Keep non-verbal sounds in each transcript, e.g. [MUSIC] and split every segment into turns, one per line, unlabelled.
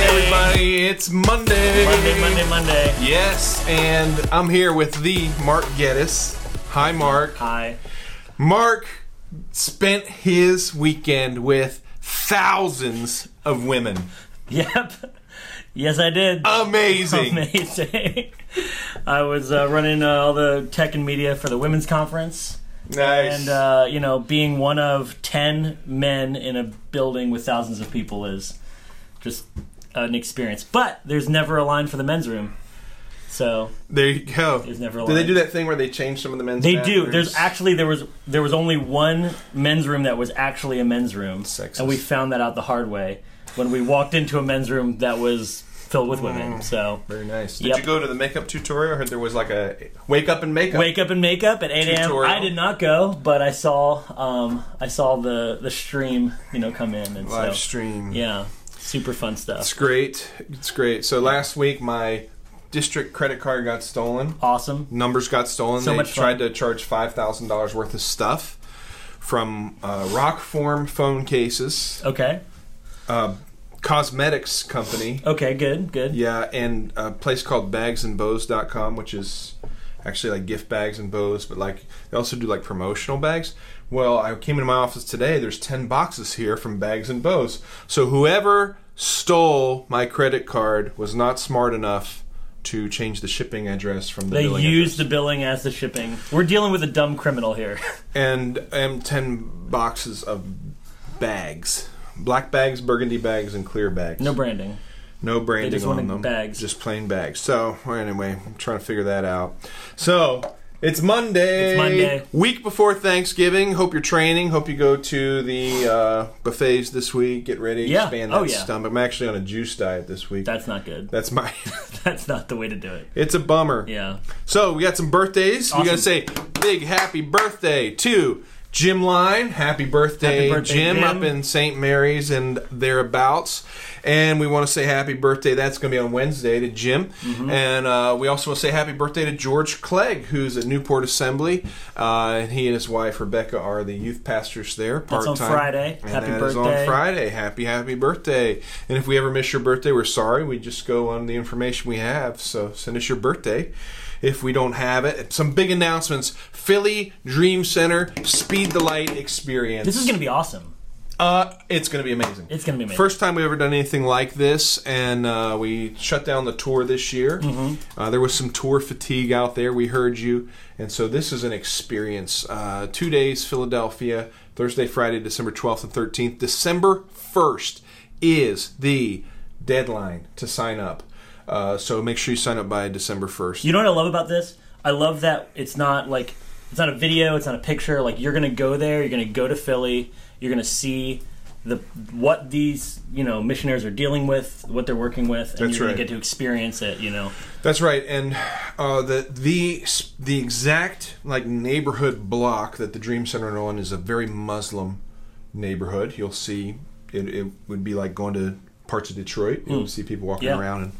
everybody. It's Monday.
Monday, Monday, Monday.
Yes, and I'm here with the Mark Geddes. Hi, Mark.
Hi.
Mark spent his weekend with thousands of women.
Yep. Yes, I did.
Amazing.
Amazing. I was uh, running uh, all the tech and media for the women's conference.
Nice.
And, uh, you know, being one of 10 men in a building with thousands of people is just an experience. But there's never a line for the men's room. So
there you go.
there's never a
Do
line.
they do that thing where they change some of the men's?
They do.
bathrooms?
There's actually there was there was only one men's room that was actually a men's room,
Sexist.
and we found that out the hard way when we walked into a men's room that was filled with
Mm.
women. So
very nice. Did
Yep.
you go to the makeup tutorial? I heard there was like a wake up and makeup.
wake up and makeup at eight a.m.
Tutorial.
I did not go, but I saw um, I saw the the stream you know come in and
live
so
stream.
yeah, super fun
It's
stuff.
great. It's great. So last week my district credit card got stolen.
Awesome.
numbers got stolen.
So
they
much fun.
tried to charge five thousand dollars worth of stuff from uh, Rock Form phone cases,
Okay.
uh, cosmetics company,
Okay. Good. Good.
yeah, and a place called BagsandBows.com, which is actually like gift bags and bows, but like they also do like promotional bags. Well, I came into my office today. There's ten boxes here from Bags and Bows. So whoever stole my credit card was not smart enough to change the shipping address from the
They
billing address.
use the billing as the shipping. We're dealing with a dumb criminal here. [LAUGHS]
and um, 10 boxes of bags black bags burgundy bags and clear bags
No branding.
no branding
just
on
wanted
them
bags.
just plain bags so well, anyway i'm trying to figure that out so it's Monday.
It's Monday.
Week before Thanksgiving. Hope you're training. Hope you go to the uh, buffets this week. Get ready.
Yeah.
Expand that
Oh, yeah.
stomach. I'm actually on a juice diet this week.
That's
[LAUGHS]
not good.
That's my.
That's not the way to do it.
it's a bummer.
Yeah.
So we got some birthdays. We
Awesome.
gotta say big happy birthday to Jim Line. Happy birthday,
Happy birthday,
Jim,
Jim.
up in St. Mary's and thereabouts. And we want to say happy birthday. That's gonna be on Wednesday to Jim.
Mm-hmm.
And uh, we also want to say happy birthday to George Clegg, who's at Newport Assembly. Uh, and he and his wife Rebecca are the youth pastors there. Part
That's on Friday.
And
Happy
that is on
birthday.
Friday. Happy happy birthday. And if we ever miss your birthday, we're sorry. We just go on the information we have. So send us your birthday if we don't have it. Some big announcements: Philly Dream Center Speed the Light Experience.
This is gonna be awesome.
uh, it's gonna be amazing.
It's gonna be amazing.
First time we've ever done anything like this, and uh, we shut down the tour this year. Uh, there was some tour fatigue out there. We heard you, and so this is an experience. Uh, two days, Philadelphia, Thursday, Friday, December twelfth and thirteenth. December first is the deadline to sign up. Uh, so make sure you sign up by December first.
you know what I love about this? I love that it's not like it's not a video, it's not a picture. Like you're gonna go there, you're gonna go to Philly, you're gonna see the what these you know missionaries are dealing with, what they're working with, and
That's
you're
right.
gonna get to experience it. You know,
That's right, and uh, the the the exact like neighborhood block that the Dream Center is on is a very Muslim neighborhood. You'll see it, it would be like going to parts of Detroit. You'll see people walking
Yeah.
around in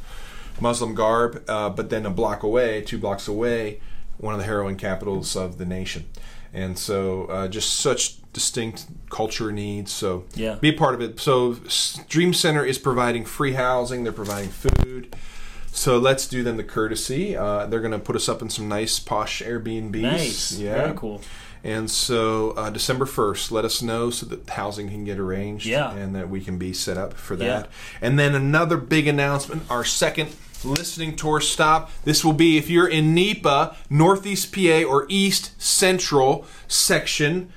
Muslim garb, uh, but then a block away, two blocks away, one of the heroin capitals of the nation, and so uh, just such distinct culture needs. So
Yeah.
be a part of it. So S- Dream Center is providing free housing. They're providing food. So let's do them the courtesy. Uh, they're going to put us up in some nice posh Airbnbs.
nice,
Yeah.
very cool.
And so uh, December 1st, let us know so that housing can get arranged
Yeah.
and that we can be set up for
Yeah.
that. And then another big announcement our second listening tour stop. This will be if you're in NEPA, Northeast PA, or East Central section.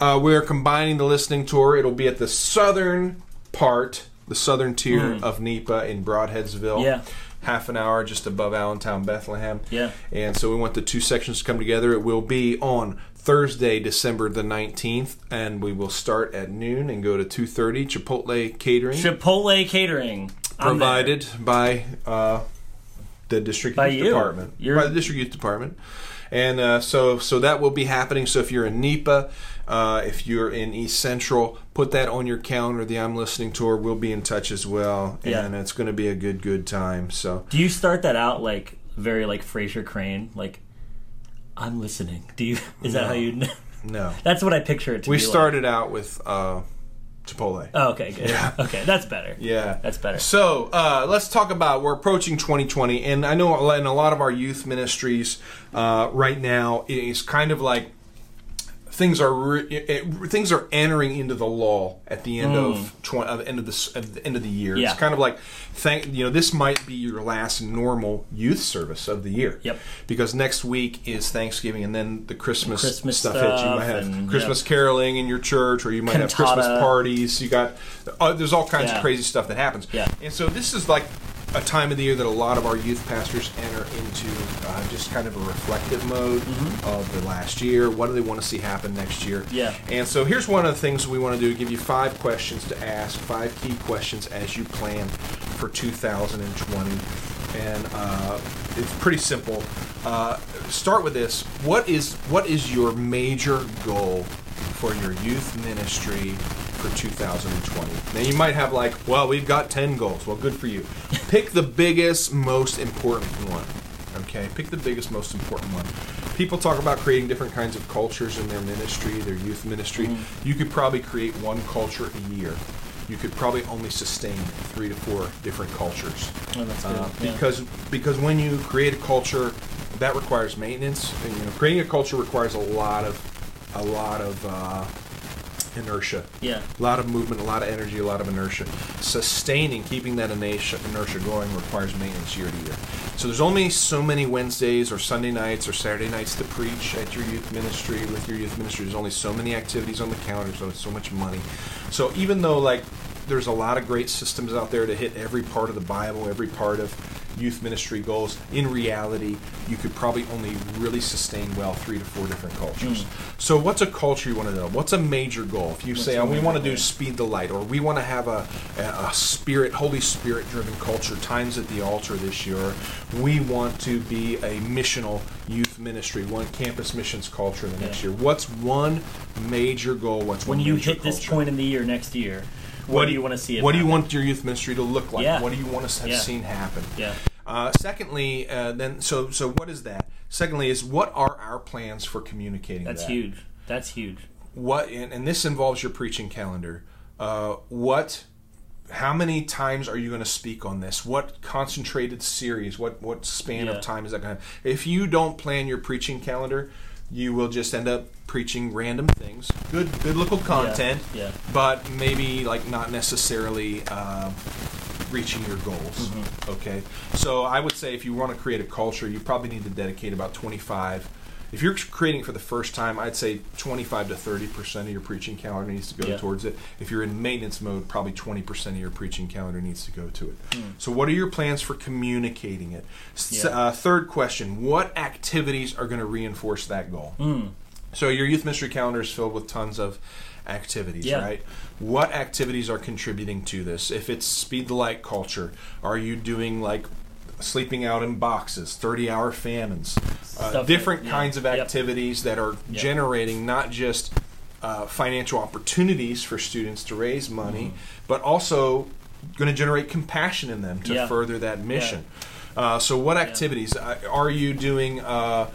Uh, we're combining the listening tour. It'll be at the southern part, the southern tier of NEPA in Broadheadsville.
Hmm. Yeah.
Half an hour just above Allentown, Bethlehem.
Yeah.
And so we want the two sections to come together. It will be on Thursday, December the 19th, and we will start at noon and go to 2:30 Chipotle catering
Chipotle catering I'm there.
provided by uh, the district
By
youth
you.
department.
You're-
by the district youth department. And uh, so, so that will be happening. So, if you're in NEPA, uh, if you're in East Central, put that on your calendar. The I'm Listening Tour will be in touch as well,
Yeah.
and it's going to be a good, good time. So,
Do you start that out like very like Fraser Crane? Like I'm [LAUGHS] listening. Do you? Is that how you?
no,
That's what I picture it to
we
be like.
started out with uh, Chipotle.
Oh, okay, good. Okay, that's better.
yeah.
That's better.
So uh, let's talk about we're approaching 2020, and I know in a lot of our youth ministries uh, right now it is kind of like things are re- it, it- things are entering into the law at the end of tw- of the end of the of the end of the year.
Mm. Yeah.
It's kind of like thank you know this might be your last normal youth service of the year.
Yep.
Because next week is Thanksgiving, and then the Christmas,
Christmas
stuff, that you
stuff
might have
and-
Christmas caroling in your church, or you might have Christmas
Cantata.
parties. You got uh, there's all kinds of
Yeah.
crazy stuff that happens.
Yeah.
And so this is like a time of the year that a lot of our youth pastors enter into uh, just kind of a reflective mode of the last year. What do they want to see happen next year?
Yeah.
And so here's one of the things we want to do: give you five questions to ask, five key questions as you plan for 2020. And uh, it's pretty simple. Uh, start with this: what is what is your major goal for your youth ministry for 2020? Now you might have like, well, we've got 10 goals. Well, good for you. Pick the biggest, most important one. Okay, pick the biggest, most important one. People talk about creating different kinds of cultures in their ministry, their youth ministry.
Mm-hmm.
You could probably create one culture a year. You could probably only sustain three to four different cultures.
Oh, that's good.
Uh,
Yeah.
because because when you create a culture, that requires maintenance. And, you know, creating a culture requires a lot of a lot of uh, inertia.
Yeah.
A lot of movement, a lot of energy, a lot of inertia. Sustaining, keeping that inertia, inertia going requires maintenance year to year. So there's only so many Wednesdays or Sunday nights or Saturday nights to preach at your youth ministry with your youth ministry. There's only so many activities on the calendar, so it's so much money. So even though like there's a lot of great systems out there to hit every part of the Bible, every part of youth ministry goals, in reality, you could probably only really sustain well three to four different cultures. So what's a culture you want to know? What's a major goal? If you say,
your
"Oh, we
major
want to do
goal?"
speed the light or we want to have a, a, a spirit holy spirit driven culture times at the altar this year we want to be a missional youth ministry one campus missions culture the next
Yeah.
year what's one major goal what's
when
one
you
major
hit this
culture?
point in the year next year, what, do you want to see?
what do you
happen?
want your youth ministry to look like
Yeah.
what do you want to have
Yeah.
seen happen
Yeah.
uh, secondly, uh, then so so what is that? Secondly, is what are our plans for communicating?
That's
that?
huge. That's huge. [LAUGHS]
what and, and this involves your preaching calendar uh, what how many times are you going to speak on this what concentrated series what what span
Yeah.
of time is that going to if you don't plan your preaching calendar you will just end up preaching random things good good local content
yeah.
but maybe like not necessarily uh, reaching your goals
Mm-hmm.
okay so i would say if you want to create a culture you probably need to dedicate about 25 if you're creating it for the first time i'd say 25 to 30 percent of your preaching calendar needs to go
Yeah.
towards it if you're in maintenance mode probably 20 percent of your preaching calendar needs to go to it so what are your plans for communicating it S-
Hmm. Yeah.
uh, third question what activities are going to reinforce that goal so your youth ministry calendar is filled with tons of activities,
Yeah.
right? What activities are contributing to this? If it's speed the light culture, are you doing like sleeping out in boxes, 30 hour famines, uh,
Stuff
different
that- yeah.
kinds of
Yep.
activities that are generating not just uh, financial opportunities for students to raise money,
Mm-hmm.
but also going to generate compassion in them to
Yeah.
further that mission. Uh, so, what activities uh, are you doing? Uh,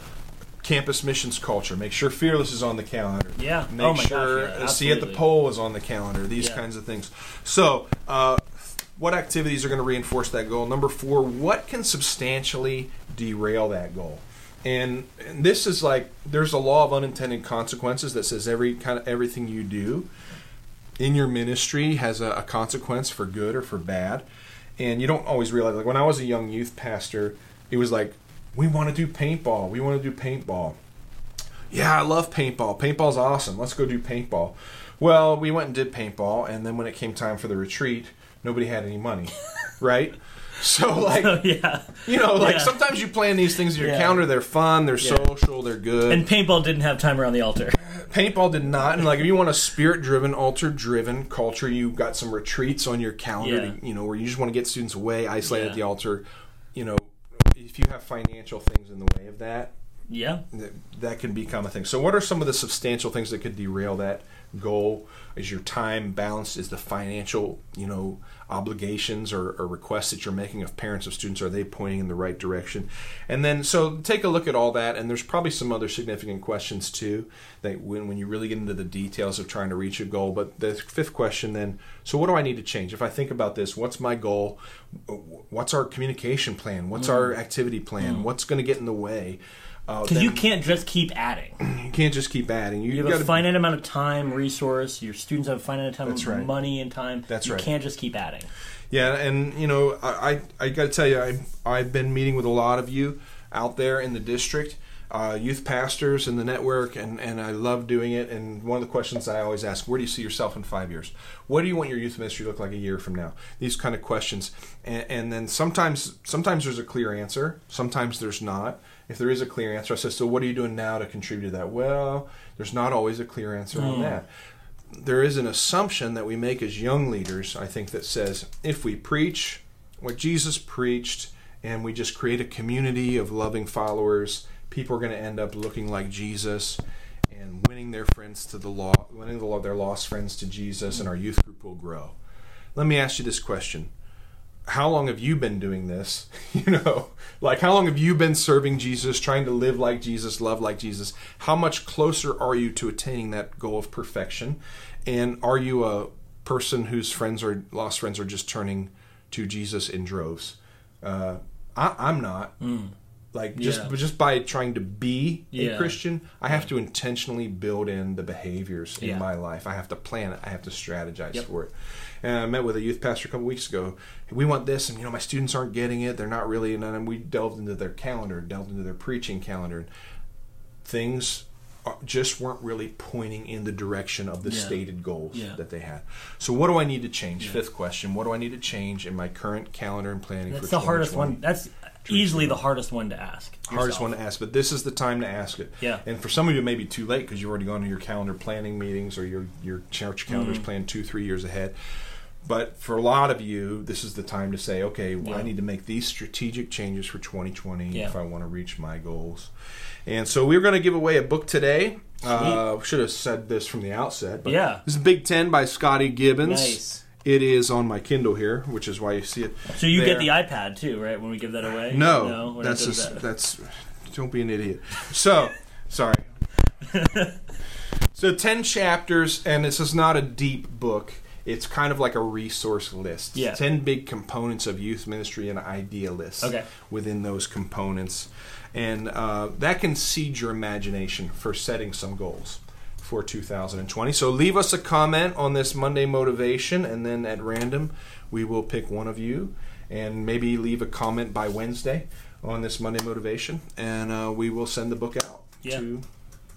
campus missions culture. Make sure Fearless is on the calendar.
Yeah.
Make
Oh my gosh,
sure
yeah,
uh, See at the
absolutely.
Poll is on the calendar. These
Yeah.
kinds of things. So, uh, what activities are going to reinforce that goal? Number four, what can substantially derail that goal? And, and this is like there's a law of unintended consequences that says every kind of everything you do in your ministry has a, a consequence for good or for bad. And you don't always realize, like when I was a young youth pastor, it was like, we want to do paintball. We want to do paintball. Yeah, I love paintball. Paintball's awesome. Let's go do paintball. Well, we went and did paintball, and then when it came time for the retreat, nobody had any
[LAUGHS]
money, right? So, like,
Oh, yeah.
you know, like
Yeah.
sometimes you plan these things in your
Yeah.
calendar. They're fun, they're
Yeah.
social, they're good
And paintball didn't have time around the
[LAUGHS]
altar.
paintball did not and like if you want a spirit driven altar driven culture you've got some retreats on your calendar
Yeah.
to, you know where you just want to get students away isolated
Yeah.
at the altar you know if you have financial things in the way of that
Yeah.
that, that can become a thing so what are some of the substantial things that could derail that goal? Is your time balanced? Is the financial, you know, obligations or, or requests that you're making of parents of students are they pointing in the right direction? And then so take a look at all that, and there's probably some other significant questions too that when when you really get into the details of trying to reach a goal. But the fifth question then, so what do I need to change? If I think about this, what's my goal? What's our communication plan? What's our activity plan? What's going to get in the way? Uh,
Because
then
you can't just keep
[CLEARS THROAT]
adding.
you can't just keep adding. You,
You have
gotta,
a finite amount of time, resource. Your students have a finite amount
That's
of
right.
money and time.
That's
you
right.
You can't just keep adding.
Yeah, and you know, I I, I got to tell you, I I've been meeting with a lot of you out there in the district, uh, youth pastors and the network, and and I love doing it. And one of the questions I always ask, where do you see yourself in five years? What do you want your youth ministry to look like a year from now? These kind of questions, and, and then sometimes sometimes there's a clear answer, sometimes there's not. If there is a clear answer, I say, so what are you doing now to contribute to that? Well, there's not always a clear answer
Hmm.
on that there is an assumption that we make as young leaders, I think, that says if we preach what Jesus preached and we just create a community of loving followers, people are going to end up looking like Jesus and winning their friends to the law, winning the law, their lost friends to Jesus, and our youth group will grow. Let me ask you this question. How long have you been doing this? [LAUGHS] You know, like how long have you been serving Jesus, trying to live like Jesus, love like Jesus? How much closer are you to attaining that goal of perfection? And are you a person whose friends or lost friends are just turning to Jesus in droves? Uh, I, I'm not. Like just
Hmm. Yeah.
just by trying to be a
Yeah.
Christian, I have to intentionally build in the behaviors in
Yeah.
my life. I have to plan it. I have to strategize
Yep.
for it. And I met with a youth pastor a couple weeks ago. We want this, and you know, my students aren't getting it. They're not really. And then we delved into their calendar, delved into their preaching calendar. Things are- just weren't really pointing in the direction of the
Yeah.
stated goals
Yeah.
that they had. So, what do I need to change? Fifth question: What do I need to change in my current calendar and planning? for
That's the hardest
2020?
one. That's easily the hardest one to ask.
hardest
yourself.
one to ask, but this is the time to ask it.
Yeah.
And for some of you, it may be too late because you've already gone to your calendar planning meetings or your your church calendars
Mm-hmm.
planned two, three years ahead. But for a lot of you, this is the time to say, okay, well, I
Yeah.
need to make these strategic changes for 2020
Yeah.
if I want to reach my goals. And so we're going to give away a book today. Uh, should have said this from the outset, but
Yeah.
this is Big Ten by Scotty Gibbons.
Nice.
It is on my Kindle here, which is why you see it.
So you
there.
get the iPad too, right? When we give that away?
No,
we're not
that's
doing
just,
that.
that's. Don't be an idiot. So, [LAUGHS] sorry. so ten chapters, and this is not a deep book. It's kind of like a resource list.
Yeah.
Ten big components of youth ministry and idea lists.
Okay.
Within those components, and uh, that can seed your imagination for setting some goals. For 2020. So leave us a comment on this Monday motivation, and then at random, we will pick one of you and maybe leave a comment by Wednesday on this Monday motivation, and uh, we will send the book out
Yeah.
to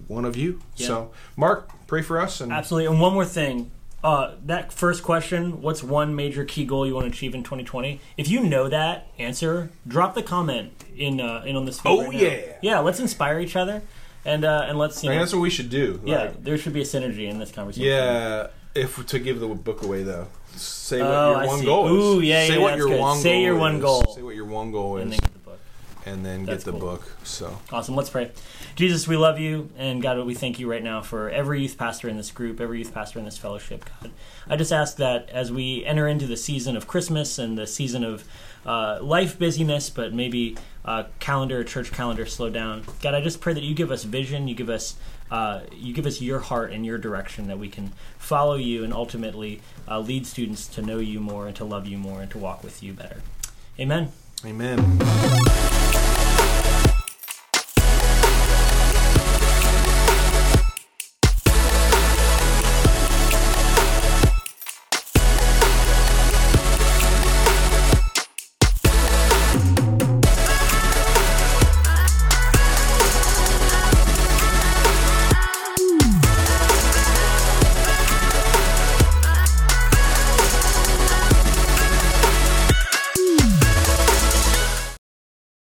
one of you.
Yeah.
So, Mark, pray for us. And
Absolutely. And one more thing. Uh, that first question, what's one major key goal you want to achieve in 2020? If you know that answer, drop the comment in uh, in on this. feed
Oh,
right now.
yeah.
yeah. Let's inspire each other, and uh, and let's you
I mean,
know,
that's what we should do.
yeah.
Like,
there should be a synergy in this conversation.
yeah. If to give the book away though, say what
Oh,
your
I
one
see.
goal is.
Ooh, yeah,
say
yeah,
what
that's
your
good.
one
Say
goal
your one
is.
goal.
Say what your one goal is,
And then get the book.
and then get
That's
the
cool.
book. So.
Awesome. Let's pray. Jesus, we love you, and God, we thank you right now for every youth pastor in this group, every youth pastor in this fellowship. God, I just ask that as we enter into the season of Christmas and the season of uh, life busyness, but maybe uh, calendar, church calendar, slow down. God, I just pray that you give us vision, you give us, uh, you give us your heart and your direction that we can follow you and ultimately uh, lead students to know you more and to love you more and to walk with you better. Amen.
Amen.